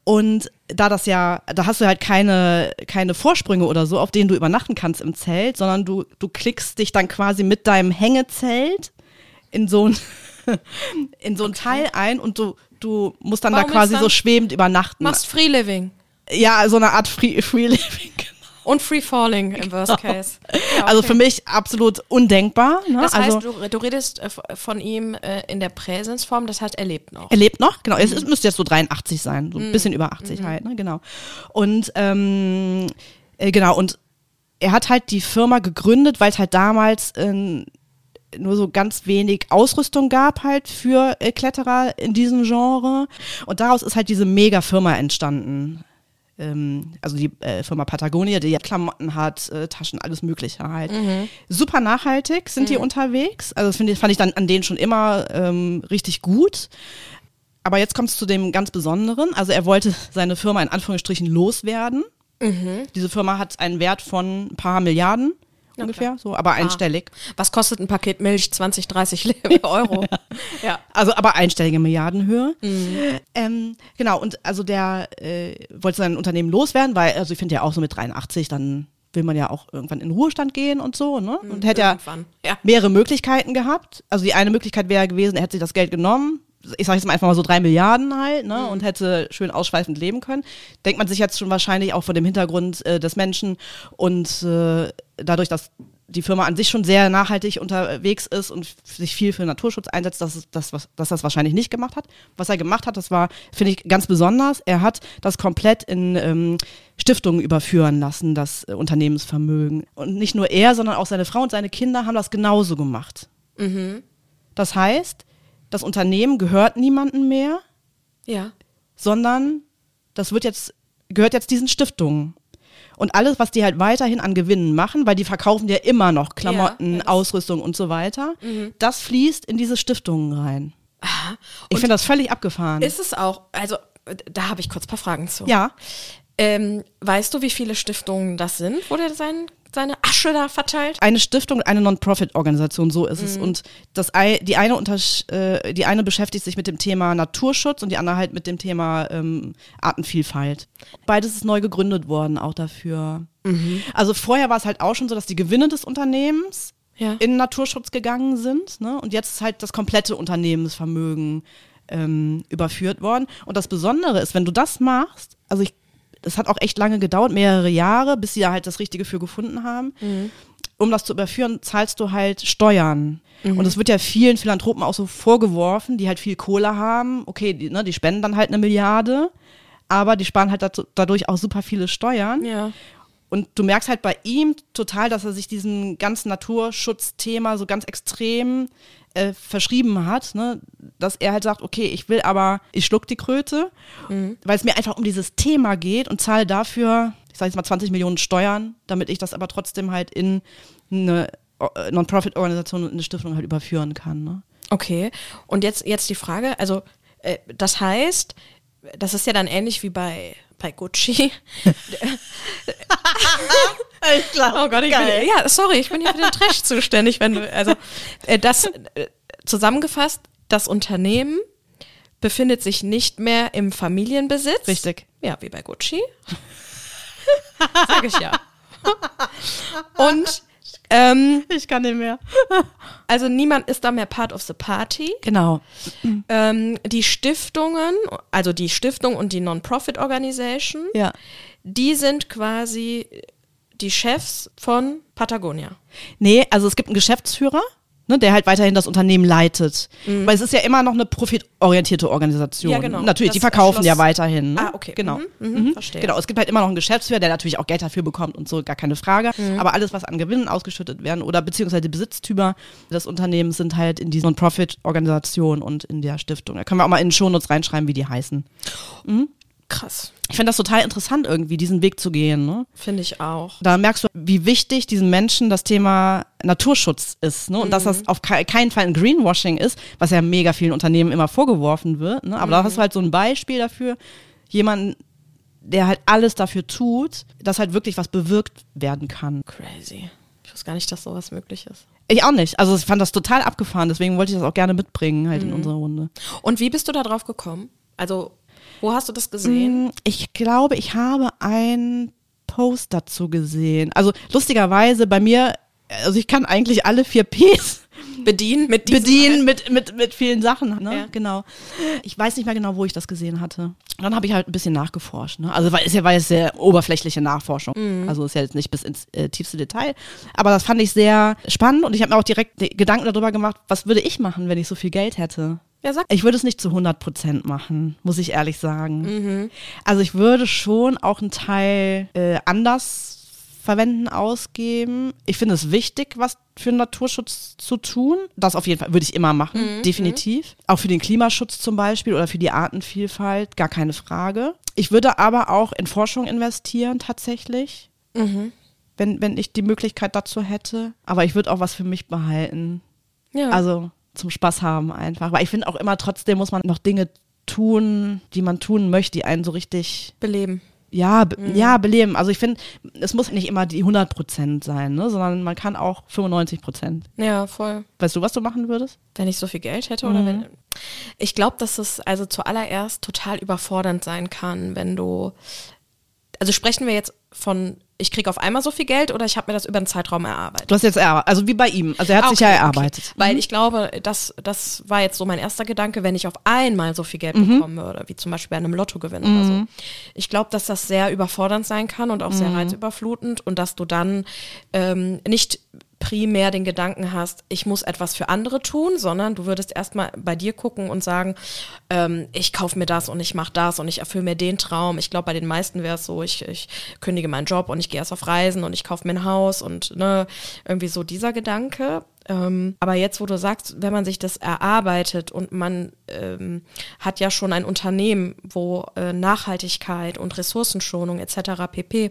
Speaker 2: Und da das ja, da hast du halt keine, keine Vorsprünge oder so, auf denen du übernachten kannst im Zelt, sondern du, du klickst dich dann quasi mit deinem Hängezelt in so ein, in so ein Teil ein und du, du musst dann da
Speaker 1: Baumelst
Speaker 2: quasi
Speaker 1: dann?
Speaker 2: so schwebend übernachten.
Speaker 1: Machst Free Living
Speaker 2: ja, so eine Art Free, Free Living. genau.
Speaker 1: und Free Falling im Worst Case. Ja,
Speaker 2: Also
Speaker 1: Ah, okay.
Speaker 2: für mich absolut undenkbar. Ne?
Speaker 1: Das heißt,
Speaker 2: also,
Speaker 1: du, du redest äh, von ihm äh, in der Präsensform, das heißt, er lebt noch.
Speaker 2: Er lebt noch, genau. Es
Speaker 1: Mhm.
Speaker 2: ist, müsste jetzt so 83 sein, so ein bisschen über 80 halt, ne, genau. Und ähm, äh, genau, und er hat halt die Firma gegründet, weil es halt damals ähm, nur so ganz wenig Ausrüstung gab halt für äh, Kletterer in diesem Genre. Und daraus ist halt diese Mega-Firma entstanden. Ähm, also die äh, Firma Patagonia, die ja Klamotten hat, äh, Taschen, alles Mögliche halt. Super nachhaltig sind die unterwegs. Also das finde ich, fand ich dann an denen schon immer ähm, richtig gut. Aber jetzt kommt es zu dem ganz Besonderen. Also er wollte seine Firma in Anführungsstrichen loswerden. Diese Firma hat einen Wert von ein paar Milliarden ungefähr, so, aber einstellig.
Speaker 1: Was kostet ein Paket Milch? 20, 30 Euro. ja.
Speaker 2: Also aber einstellige Milliardenhöhe. Ähm, genau, und also der äh, wollte sein Unternehmen loswerden, weil, also ich finde ja auch so mit 83, dann will man ja auch irgendwann in den Ruhestand gehen und so, ne? Und hätte ja
Speaker 1: Irgendwann. Ja.
Speaker 2: mehrere Möglichkeiten gehabt. Also die eine Möglichkeit wäre gewesen, er hätte sich das Geld genommen, ich sage jetzt mal einfach mal so drei Milliarden halt, ne, und hätte schön ausschweifend leben können. Denkt man sich jetzt schon wahrscheinlich auch vor dem Hintergrund äh, des Menschen und äh, dadurch, dass die Firma an sich schon sehr nachhaltig unterwegs ist und f- sich viel für Naturschutz einsetzt, dass, es- dass, was- dass das wahrscheinlich nicht gemacht hat. Was er gemacht hat, das war, finde ich, ganz besonders. Er hat das komplett in ähm, Stiftungen überführen lassen, das äh, Unternehmensvermögen. Und nicht nur er, sondern auch seine Frau und seine Kinder haben das genauso gemacht.
Speaker 1: Mhm.
Speaker 2: Das heißt, das Unternehmen gehört niemandem mehr,
Speaker 1: ja.
Speaker 2: sondern das wird jetzt, gehört jetzt diesen Stiftungen. Und alles, was die halt weiterhin an Gewinnen machen, weil die verkaufen ja immer noch Klamotten,
Speaker 1: ja, das- Mhm.
Speaker 2: Ausrüstung und so weiter, das fließt in diese Stiftungen rein. Ich
Speaker 1: Und-
Speaker 2: finde das völlig abgefahren.
Speaker 1: Ist es auch, also äh, da habe ich kurz ein paar Fragen zu.
Speaker 2: ja,
Speaker 1: Ähm, weißt du, wie viele Stiftungen das sind, wo der sein, seine Asche da verteilt?
Speaker 2: halt eine Stiftung, eine Non-Profit-Organisation, so ist es. Und das, ei- die, eine untersch- äh, die eine beschäftigt sich mit dem Thema Naturschutz und die andere halt mit dem Thema ähm, Artenvielfalt. Beides ist neu gegründet worden, auch dafür. Also vorher war es halt auch schon so, dass die Gewinne des Unternehmens
Speaker 1: Ja.
Speaker 2: in Naturschutz gegangen sind. Ne? Und jetzt ist halt das komplette Unternehmensvermögen ähm, überführt worden. Und das Besondere ist, wenn du das machst, also ich, das hat auch echt lange gedauert, mehrere Jahre, bis sie da halt das Richtige für gefunden haben. Um das zu überführen, zahlst du halt Steuern. Und es wird ja vielen Philanthropen auch so vorgeworfen, die halt viel Kohle haben. Okay, die, ne, die spenden dann halt eine Milliarde, aber die sparen halt dazu, dadurch auch super viele Steuern.
Speaker 1: Ja.
Speaker 2: Und du merkst halt bei ihm total, dass er sich diesem ganzen Naturschutzthema so ganz extrem äh, verschrieben hat, ne? dass er halt sagt, okay, ich will aber, ich schluck die Kröte, weil es mir einfach um dieses Thema geht und zahle dafür, ich sage jetzt mal 20 Millionen Steuern, damit ich das aber trotzdem halt in eine äh, Non-Profit-Organisation und eine Stiftung halt überführen kann. Ne?
Speaker 1: Okay. Und jetzt, jetzt die Frage, also äh, das heißt, das ist ja dann ähnlich wie bei, bei Gucci.
Speaker 2: Ich glaube.
Speaker 1: Oh Gott, ich bin, ja, sorry, ich bin ja für den Trash zuständig, wenn du, also, äh, das, äh, zusammengefasst, das Unternehmen befindet sich nicht mehr im Familienbesitz.
Speaker 2: Richtig.
Speaker 1: Ja, wie bei Gucci. Sag ich ja. Und, ähm,
Speaker 2: Ich kann nicht mehr.
Speaker 1: also niemand ist da mehr part of the party.
Speaker 2: Genau.
Speaker 1: Ähm, die Stiftungen, also die Stiftung und die Non-Profit Organization,
Speaker 2: Ja.
Speaker 1: die sind quasi die Chefs von Patagonia.
Speaker 2: Nee, also es gibt einen Geschäftsführer, ne, der halt weiterhin das Unternehmen leitet. Weil es ist ja immer noch eine profitorientierte Organisation.
Speaker 1: Mhm. Ja, genau.
Speaker 2: Natürlich,
Speaker 1: Das
Speaker 2: die verkaufen
Speaker 1: erschloss-
Speaker 2: ja weiterhin. Ne?
Speaker 1: Ah, okay.
Speaker 2: Genau.
Speaker 1: Mhm, mhm, verstehe.
Speaker 2: Genau, es gibt halt immer noch einen Geschäftsführer, der natürlich auch Geld dafür bekommt und so, gar keine Frage.
Speaker 1: Mhm.
Speaker 2: Aber alles, was an Gewinnen ausgeschüttet werden oder beziehungsweise die Besitztümer des Unternehmens sind halt in diesen Non-Profit-Organisation und in der Stiftung. Da können wir auch mal in den Shownotes reinschreiben, wie die heißen.
Speaker 1: Krass,
Speaker 2: Ich finde das total interessant, irgendwie diesen Weg zu gehen. Ne?
Speaker 1: finde ich auch.
Speaker 2: da merkst du, wie wichtig diesen Menschen das Thema Naturschutz ist. Ne? Und dass das auf ke keinen Fall ein Greenwashing ist, was ja mega vielen Unternehmen immer vorgeworfen wird. Ne? Aber da hast du halt so ein Beispiel dafür, jemanden, der halt alles dafür tut, dass halt wirklich was bewirkt werden kann.
Speaker 1: Crazy. Ich wusste gar nicht, dass sowas möglich ist.
Speaker 2: Ich auch nicht. Also ich fand das total abgefahren, deswegen wollte ich das auch gerne mitbringen halt in unserer Runde.
Speaker 1: Und wie bist du da drauf gekommen? Also, wo hast du das gesehen?
Speaker 2: Mm, Ich glaube, ich habe einen Post dazu gesehen. Also lustigerweise bei mir, also ich kann eigentlich alle vier Ps
Speaker 1: Bedienen mit diesem
Speaker 2: Mm. bedienen mit, mit, mit vielen Sachen. Ne?
Speaker 1: Ja.
Speaker 2: Genau. Ich weiß nicht mehr genau, wo ich das gesehen hatte. Dann habe ich halt ein bisschen nachgeforscht. Ne? Also weil es ja war jetzt sehr oberflächliche Nachforschung.
Speaker 1: Mhm.
Speaker 2: Also ist ja jetzt nicht bis ins äh, tiefste Detail. Aber das fand ich sehr spannend und ich habe mir auch direkt die Gedanken darüber gemacht, was würde ich machen, wenn ich so viel Geld hätte.
Speaker 1: Ja, sag.
Speaker 2: Ich würde es nicht zu 100 Prozent machen, muss ich ehrlich sagen. Also ich würde schon auch einen Teil äh, anders verwenden, ausgeben. Ich finde es wichtig, was für den Naturschutz zu tun. Das auf jeden Fall würde ich immer machen, definitiv. Auch für den Klimaschutz zum Beispiel oder für die Artenvielfalt, gar keine Frage. Ich würde aber auch in Forschung investieren tatsächlich, wenn, wenn ich die Möglichkeit dazu hätte. Aber ich würde auch was für mich behalten.
Speaker 1: Ja.
Speaker 2: Also zum Spaß haben einfach. Aber ich finde auch immer, trotzdem muss man noch Dinge tun, die man tun möchte, die einen so richtig,
Speaker 1: beleben.
Speaker 2: ja, be
Speaker 1: Mhm.
Speaker 2: ja, beleben. Also ich finde, es muss nicht immer die 100 Prozent sein, ne? sondern man kann auch 95 Prozent.
Speaker 1: Ja, voll.
Speaker 2: Weißt du, was du machen würdest?
Speaker 1: Wenn ich so viel Geld hätte oder
Speaker 2: Mhm.
Speaker 1: wenn. Ich glaube, dass es also zuallererst total überfordernd sein kann, wenn du. Also sprechen wir jetzt von, ich kriege auf einmal so viel Geld oder ich habe mir das über einen Zeitraum erarbeitet.
Speaker 2: Du hast jetzt erarbeitet, also wie bei ihm. Also er hat
Speaker 1: Ah,
Speaker 2: sich ja
Speaker 1: okay,
Speaker 2: erarbeitet.
Speaker 1: Okay. Weil ich glaube, das, das war jetzt so mein erster Gedanke, wenn ich auf einmal so viel Geld bekommen würde, wie zum Beispiel bei einem Lottogewinn oder so. Ich glaube, dass das sehr überfordernd sein kann und auch sehr reizüberflutend und dass du dann ähm, nicht primär den Gedanken hast, ich muss etwas für andere tun, sondern du würdest erstmal bei dir gucken und sagen, ähm, ich kaufe mir das und ich mache das und ich erfülle mir den Traum. Ich glaube, bei den meisten wäre es so, ich, ich kündige meinen Job und ich gehe erst auf Reisen und ich kaufe mir ein Haus und ne, irgendwie so dieser Gedanke. Ähm, aber jetzt, wo du sagst, wenn man sich das erarbeitet und man ähm, hat ja schon ein Unternehmen, wo äh, Nachhaltigkeit und Ressourcenschonung etc. pp.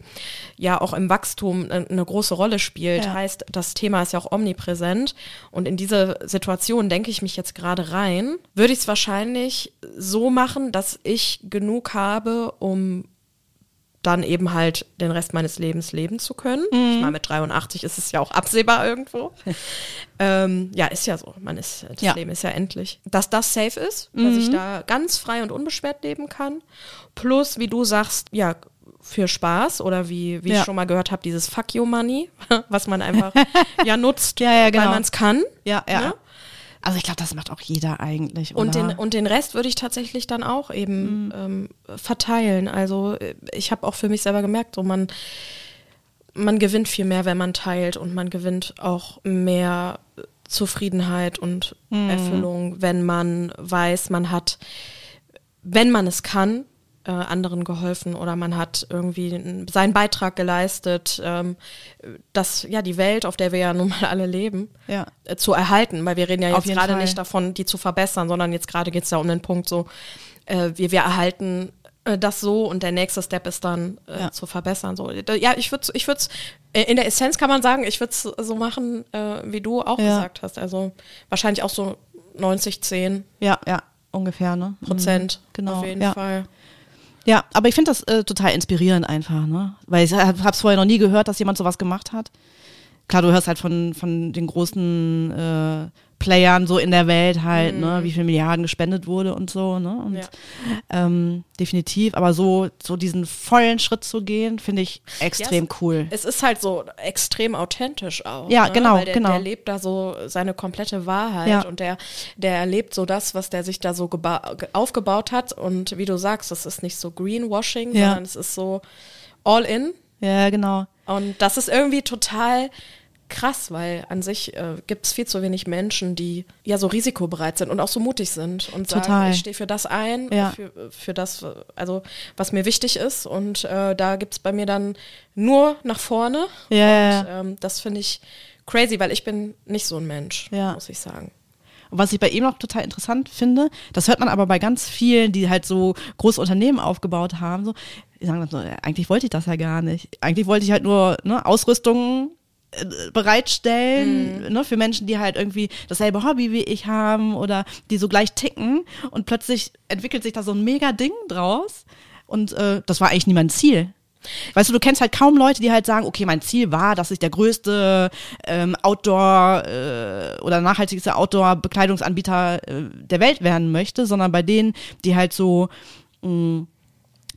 Speaker 1: ja auch im Wachstum äh, eine große Rolle spielt,
Speaker 2: Ja.
Speaker 1: heißt, das Thema ist ja auch omnipräsent. Und in diese Situation denke ich mich jetzt gerade rein, würde ich es wahrscheinlich so machen, dass ich genug habe, um dann eben halt den Rest meines Lebens leben zu können. Ich meine, mit 83 ist es ja auch absehbar irgendwo. ähm, ja, ist ja so. Man ist, das
Speaker 2: Ja.
Speaker 1: Leben ist ja endlich. Mhm. Dass das safe ist, dass ich da ganz frei und unbeschwert leben kann. Plus, wie du sagst, ja, für Spaß oder wie, wie ich
Speaker 2: Ja.
Speaker 1: schon mal gehört habe, dieses Fuck you Money, was man einfach ja nutzt,
Speaker 2: Ja, ja,
Speaker 1: weil
Speaker 2: genau.
Speaker 1: man es kann.
Speaker 2: Ja, ja.
Speaker 1: Ne?
Speaker 2: Also ich glaube, das macht auch jeder eigentlich. Oder?
Speaker 1: Und den, und den Rest würde ich tatsächlich dann auch eben ähm, verteilen. Also äh, ich habe auch für mich selber gemerkt, so man, man gewinnt viel mehr, wenn man teilt und man gewinnt auch mehr Zufriedenheit und Erfüllung, wenn man weiß, man hat, wenn man es kann, äh, anderen geholfen oder man hat irgendwie einen- seinen Beitrag geleistet, ähm, dass ja die Welt, auf der wir ja nun mal alle leben,
Speaker 2: ja.
Speaker 1: äh, zu erhalten, weil wir reden ja
Speaker 2: Auf
Speaker 1: jetzt
Speaker 2: jeden
Speaker 1: gerade
Speaker 2: Fall.
Speaker 1: nicht davon, die zu verbessern, sondern jetzt gerade geht es ja um den Punkt so, äh, wir, wir erhalten äh, das so und der nächste Step ist dann äh,
Speaker 2: Ja.
Speaker 1: zu verbessern. So. Da- Ja, ich würde ich würd's, äh, in der Essenz kann man sagen, ich würde es so machen, äh, wie du auch
Speaker 2: Ja.
Speaker 1: gesagt hast. Also wahrscheinlich auch so 90, 10
Speaker 2: Ja, ja, ungefähr, ne?
Speaker 1: Prozent.
Speaker 2: Mhm, Genau.
Speaker 1: Auf jeden
Speaker 2: ja.
Speaker 1: Fall.
Speaker 2: ja, aber ich finde das äh, total inspirierend einfach, ne? Weil ich habe es vorher noch nie gehört, dass jemand sowas gemacht hat. Klar, du hörst halt von, von den großen äh, Playern so in der Welt halt, ne, wie viel Milliarden gespendet wurde und so, ne? Und
Speaker 1: Mhm. Ja.
Speaker 2: ähm, definitiv, aber so, so diesen vollen Schritt zu gehen, finde ich extrem cool.
Speaker 1: Es ist halt so extrem authentisch auch.
Speaker 2: Ja,
Speaker 1: ne?
Speaker 2: genau,
Speaker 1: Weil der,
Speaker 2: genau.
Speaker 1: Der lebt da so seine komplette Wahrheit
Speaker 2: Ja.
Speaker 1: und der, der erlebt so das, was der sich da so geba- ge- aufgebaut hat. Und wie du sagst, es ist nicht so Greenwashing,
Speaker 2: Ja.
Speaker 1: sondern es ist so all in.
Speaker 2: Ja, genau.
Speaker 1: Und das ist irgendwie total krass, weil an sich äh, gibt es viel zu wenig Menschen, die ja so risikobereit sind und auch so mutig sind und
Speaker 2: Total.
Speaker 1: sagen, ich stehe für das ein,
Speaker 2: Ja.
Speaker 1: für, für das, also was mir wichtig ist. Und äh, da gibt es bei mir dann nur nach vorne.
Speaker 2: Ja, ja, ja.
Speaker 1: Und, ähm, das finde ich crazy, weil ich bin nicht so ein Mensch,
Speaker 2: Ja.
Speaker 1: muss ich sagen.
Speaker 2: Und was ich bei ihm noch total interessant finde, das hört man aber bei ganz vielen, die halt so große Unternehmen aufgebaut haben, so, die sagen dann so, "Ja, eigentlich wollte ich das ja gar nicht. Eigentlich wollte ich halt nur ne, Ausrüstung äh, bereitstellen ne, für Menschen, die halt irgendwie dasselbe Hobby wie ich haben oder die so gleich ticken und plötzlich entwickelt sich da so ein mega Ding draus und äh, das war eigentlich nie mein Ziel. Weißt du, du kennst halt kaum Leute, die halt sagen, okay, mein Ziel war, dass ich der größte ähm, Outdoor äh, oder nachhaltigste Outdoor-Bekleidungsanbieter äh, der Welt werden möchte, sondern bei denen, die halt so mh,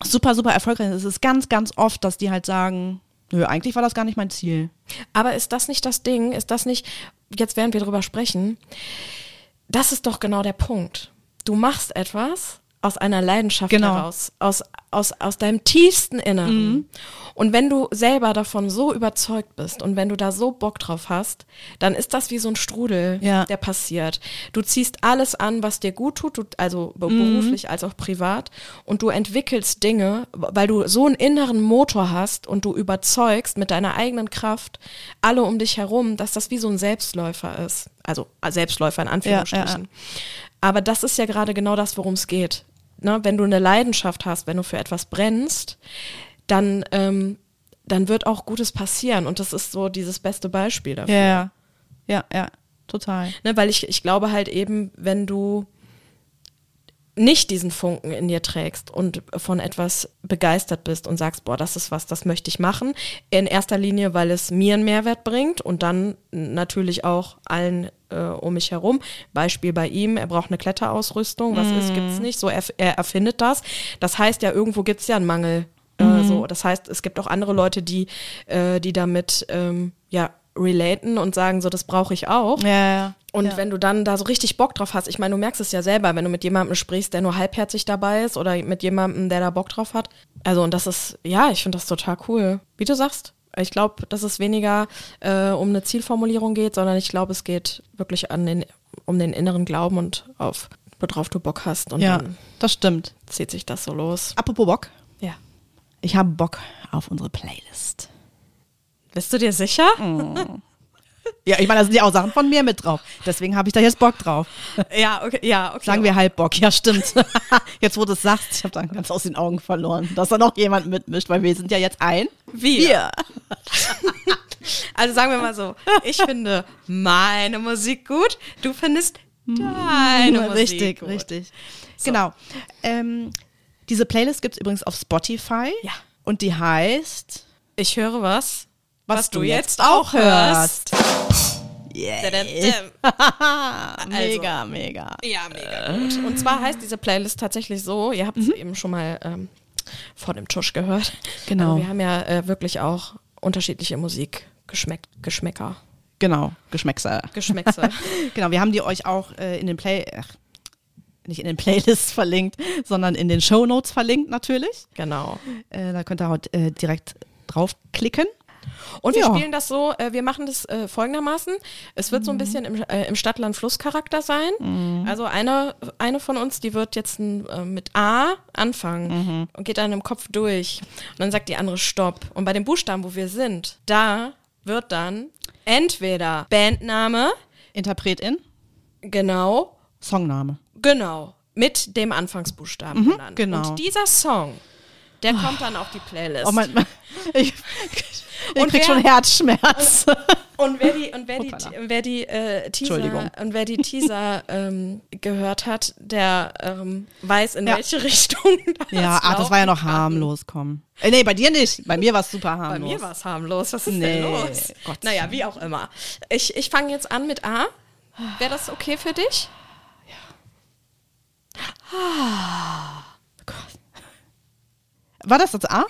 Speaker 2: super, super erfolgreich sind, es ist ganz, ganz oft, dass die halt sagen, nö, eigentlich war das gar nicht mein Ziel.
Speaker 1: Aber ist das nicht das Ding? Ist das nicht, jetzt während wir drüber sprechen, das ist doch genau der Punkt. Du machst etwas aus einer Leidenschaft
Speaker 2: Genau.
Speaker 1: heraus, aus, aus, aus deinem tiefsten Inneren. Und wenn du selber davon so überzeugt bist und wenn du da so Bock drauf hast, dann ist das wie so ein Strudel,
Speaker 2: Ja.
Speaker 1: der passiert. Du ziehst alles an, was dir gut tut, du, also be- beruflich als auch privat, und du entwickelst Dinge, weil du so einen inneren Motor hast und du überzeugst mit deiner eigenen Kraft alle um dich herum, dass das wie so ein Selbstläufer ist. Also äh, Selbstläufer in Anführungsstrichen. Aber das ist ja gerade genau das, worum es geht. Ne? Wenn du eine Leidenschaft hast, wenn du für etwas brennst, dann, ähm, dann wird auch Gutes passieren. Und das ist so dieses beste Beispiel dafür.
Speaker 2: Ja, ja, ja, total.
Speaker 1: Ne, weil ich, ich glaube halt eben, wenn du nicht diesen Funken in dir trägst und von etwas begeistert bist und sagst, boah, das ist was, das möchte ich machen. In erster Linie, weil es mir einen Mehrwert bringt und dann natürlich auch allen äh, um mich herum. Beispiel bei ihm, er braucht eine Kletterausrüstung, was ist, gibt's nicht, so er, er erfindet das. Das heißt ja, irgendwo gibt's ja einen Mangel. Äh, so. Das heißt, es gibt auch andere Leute, die, äh, die damit ähm, ja, relaten und sagen, so, das brauche ich auch.
Speaker 2: Ja, ja.
Speaker 1: Und
Speaker 2: ja.
Speaker 1: wenn du dann da so richtig Bock drauf hast, ich meine, du merkst es ja selber, wenn du mit jemandem sprichst, der nur halbherzig dabei ist oder mit jemandem, der da Bock drauf hat. Also, und das ist, ja, ich finde das total cool. Wie du sagst, ich glaube, dass es weniger äh, um eine Zielformulierung geht, sondern ich glaube, es geht wirklich an den, um den inneren Glauben und auf, worauf du Bock hast. Und
Speaker 2: ja,
Speaker 1: dann
Speaker 2: das stimmt.
Speaker 1: zieht sich das so los.
Speaker 2: Apropos Bock,
Speaker 1: Ja.
Speaker 2: ich habe Bock auf unsere Playlist.
Speaker 1: Bist du dir sicher?
Speaker 2: Ja, ich meine, da sind ja auch Sachen von mir mit drauf. Deswegen habe ich da jetzt Bock drauf.
Speaker 1: Ja, okay, ja, okay.
Speaker 2: Sagen wir Halbbock, ja stimmt. jetzt, wo du es sagst, ich habe dann ganz aus den Augen verloren, dass da noch jemand mitmischt, weil wir sind ja jetzt ein.
Speaker 1: Wir. Also sagen wir mal so, ich finde meine Musik gut, du findest deine Musik
Speaker 2: richtig,
Speaker 1: gut.
Speaker 2: richtig. Genau. Ähm, diese Playlist gibt es übrigens auf Spotify.
Speaker 1: Ja.
Speaker 2: Und die heißt
Speaker 1: Ich höre was, was,
Speaker 2: Was
Speaker 1: du
Speaker 2: du
Speaker 1: jetzt auch hörst.
Speaker 2: Ah, Mega, mega.
Speaker 1: Ja, mega gut. Und zwar heißt diese Playlist tatsächlich so, ihr habt es eben schon mal ähm, vor dem Tusch gehört.
Speaker 2: Genau.
Speaker 1: Aber wir haben ja äh, wirklich auch unterschiedliche Musik, Geschmäck, Geschmäcker,
Speaker 2: Genau, Geschmäckser.
Speaker 1: Geschmäckse.
Speaker 2: genau, wir haben die euch auch äh, in den Play... Ach, nicht in den Playlists verlinkt, sondern in den Shownotes verlinkt natürlich.
Speaker 1: genau.
Speaker 2: Äh, da könnt ihr halt äh, direkt draufklicken.
Speaker 1: Und wir
Speaker 2: Ja.
Speaker 1: spielen das so, äh, wir machen das äh, folgendermaßen. Es wird so
Speaker 2: Mhm.
Speaker 1: ein bisschen im, äh, im Stadtland-Fluss-Charakter sein. Also eine, eine von uns, die wird jetzt n, äh, mit A anfangen
Speaker 2: Mhm.
Speaker 1: und geht dann im Kopf durch. Und dann sagt die andere Stopp. Und bei dem Buchstaben, wo wir sind, da wird dann entweder Bandname,
Speaker 2: Interpretin,
Speaker 1: genau,
Speaker 2: Songname.
Speaker 1: genau, mit dem Anfangsbuchstaben genannt.
Speaker 2: genau.
Speaker 1: Und dieser Song, der kommt dann auf die Playlist.
Speaker 2: Oh mein, mein, ich ich
Speaker 1: Und
Speaker 2: krieg
Speaker 1: wer-
Speaker 2: schon Herzschmerz.
Speaker 1: Und wer die, und wer die,
Speaker 2: Hoppala.
Speaker 1: und wer die äh,
Speaker 2: Entschuldigung.
Speaker 1: Teaser, und wer die Teaser ähm, gehört hat, der ähm, weiß, in
Speaker 2: Ja.
Speaker 1: welche Richtung das
Speaker 2: ja, ah, das
Speaker 1: laufen
Speaker 2: war ja noch
Speaker 1: kann.
Speaker 2: harmlos, komm. Äh, nee, bei dir nicht. Bei mir war es super
Speaker 1: Bei
Speaker 2: harmlos.
Speaker 1: mir war es harmlos. Was ist
Speaker 2: Nee,
Speaker 1: denn los?
Speaker 2: Gott.
Speaker 1: Naja, wie auch immer. Ich, ich fange jetzt an mit A. Wäre das okay für dich? Ah.
Speaker 2: War das das A?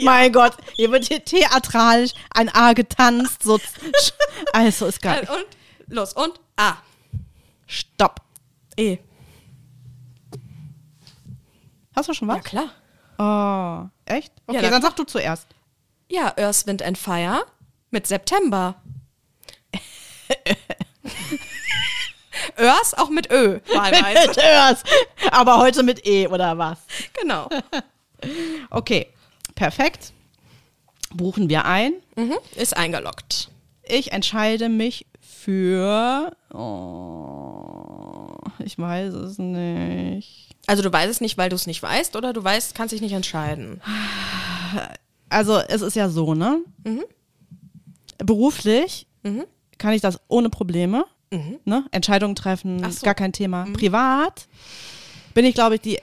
Speaker 2: Mein Gott, hier wird hier theatralisch ein A getanzt. So also ist geil.
Speaker 1: Äh, Und los. Und A.
Speaker 2: Stopp.
Speaker 1: E.
Speaker 2: Hast du schon
Speaker 1: Ja,
Speaker 2: was?
Speaker 1: klar.
Speaker 2: Oh, echt? Okay,
Speaker 1: dann-
Speaker 2: dann sag du zuerst.
Speaker 1: Ja, Earth, Wind and Fire mit September. Earth auch mit Ö, wahlweise.
Speaker 2: Hör's. Aber heute mit E oder was?
Speaker 1: genau.
Speaker 2: Okay, perfekt. Buchen wir ein.
Speaker 1: Mhm. Ist eingeloggt.
Speaker 2: Ich entscheide mich für. Oh, ich weiß es nicht.
Speaker 1: Also du weißt es nicht, weil du es nicht weißt, oder du weißt, kannst dich nicht entscheiden.
Speaker 2: Ah, Also, es ist ja so, ne?
Speaker 1: Mhm.
Speaker 2: Beruflich kann ich das ohne Probleme. Ne? Entscheidungen treffen,
Speaker 1: Mhm. Ach so. Mhm.
Speaker 2: gar kein Thema. Privat bin ich, glaube ich, die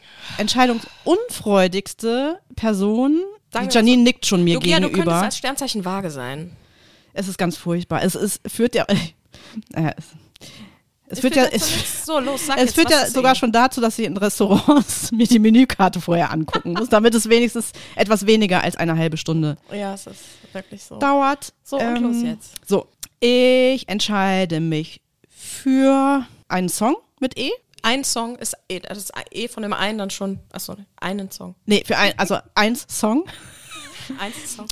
Speaker 2: entscheidungsunfreudigste Person.
Speaker 1: Sagen wir
Speaker 2: die Janine nickt schon mir
Speaker 1: Du, ja, du
Speaker 2: gegenüber.
Speaker 1: könntest als Sternzeichen Waage sein.
Speaker 2: Es ist ganz furchtbar. Es ist, führt ja. Äh, es, es führt ja.
Speaker 1: dazu
Speaker 2: Es,
Speaker 1: nichts. so, los, sag
Speaker 2: es
Speaker 1: jetzt,
Speaker 2: führt
Speaker 1: was
Speaker 2: ja
Speaker 1: ist
Speaker 2: sogar
Speaker 1: sie?
Speaker 2: schon dazu, dass sie in Restaurants mir die Menükarte vorher angucken muss, damit es wenigstens etwas weniger als eine halbe Stunde
Speaker 1: Ja, es ist wirklich so.
Speaker 2: dauert. Ähm,
Speaker 1: So, und los jetzt.
Speaker 2: So, ich entscheide mich für einen Song mit E.
Speaker 1: Ein Song ist eh, das ist eh von dem einen dann schon, achso, einen Song.
Speaker 2: Nee, für ein, also eins Song.
Speaker 1: Ein Song,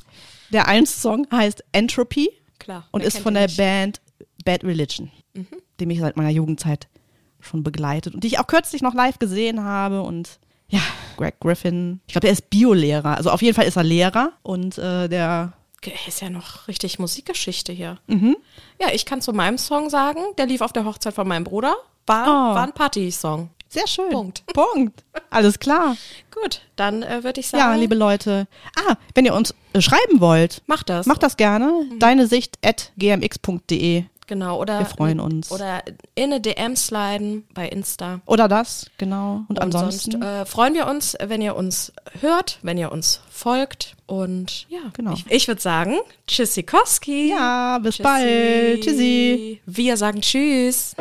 Speaker 2: Der eins Song heißt Entropy
Speaker 1: klar.
Speaker 2: und
Speaker 1: wer
Speaker 2: ist
Speaker 1: kennt
Speaker 2: von
Speaker 1: ihn
Speaker 2: der
Speaker 1: nicht? Mhm.
Speaker 2: Band Bad Religion, die mich seit meiner Jugendzeit schon begleitet und die ich auch kürzlich noch live gesehen habe und ja, Greg Griffin. Ich glaube, der ist Biolehrer. Also auf jeden Fall ist er Lehrer und äh, der
Speaker 1: Okay, Ist ja noch richtig Musikgeschichte hier.
Speaker 2: Mhm.
Speaker 1: Ja, ich kann zu meinem Song sagen, der lief auf der Hochzeit von meinem Bruder. War,
Speaker 2: Oh.
Speaker 1: war ein Party-Song.
Speaker 2: sehr schön.
Speaker 1: Punkt.
Speaker 2: Punkt. Alles klar.
Speaker 1: Gut, dann äh, würde ich
Speaker 2: Ja,
Speaker 1: sagen,
Speaker 2: liebe Leute. Ah, wenn ihr uns äh, schreiben wollt,
Speaker 1: mach das. Mhm.
Speaker 2: macht das gerne. Deine Sicht at gmx.de
Speaker 1: Genau, oder
Speaker 2: Wir freuen uns.
Speaker 1: Oder in eine DM sliden bei Insta.
Speaker 2: oder das, genau. Und,
Speaker 1: Und
Speaker 2: ansonsten.
Speaker 1: sonst äh, freuen wir uns, wenn ihr uns hört, wenn ihr uns folgt. Und ja,
Speaker 2: Genau.
Speaker 1: Ich, ich würde sagen, Tschüssikowski.
Speaker 2: ja, bis bald. Tschüssi.
Speaker 1: Wir sagen Tschüss.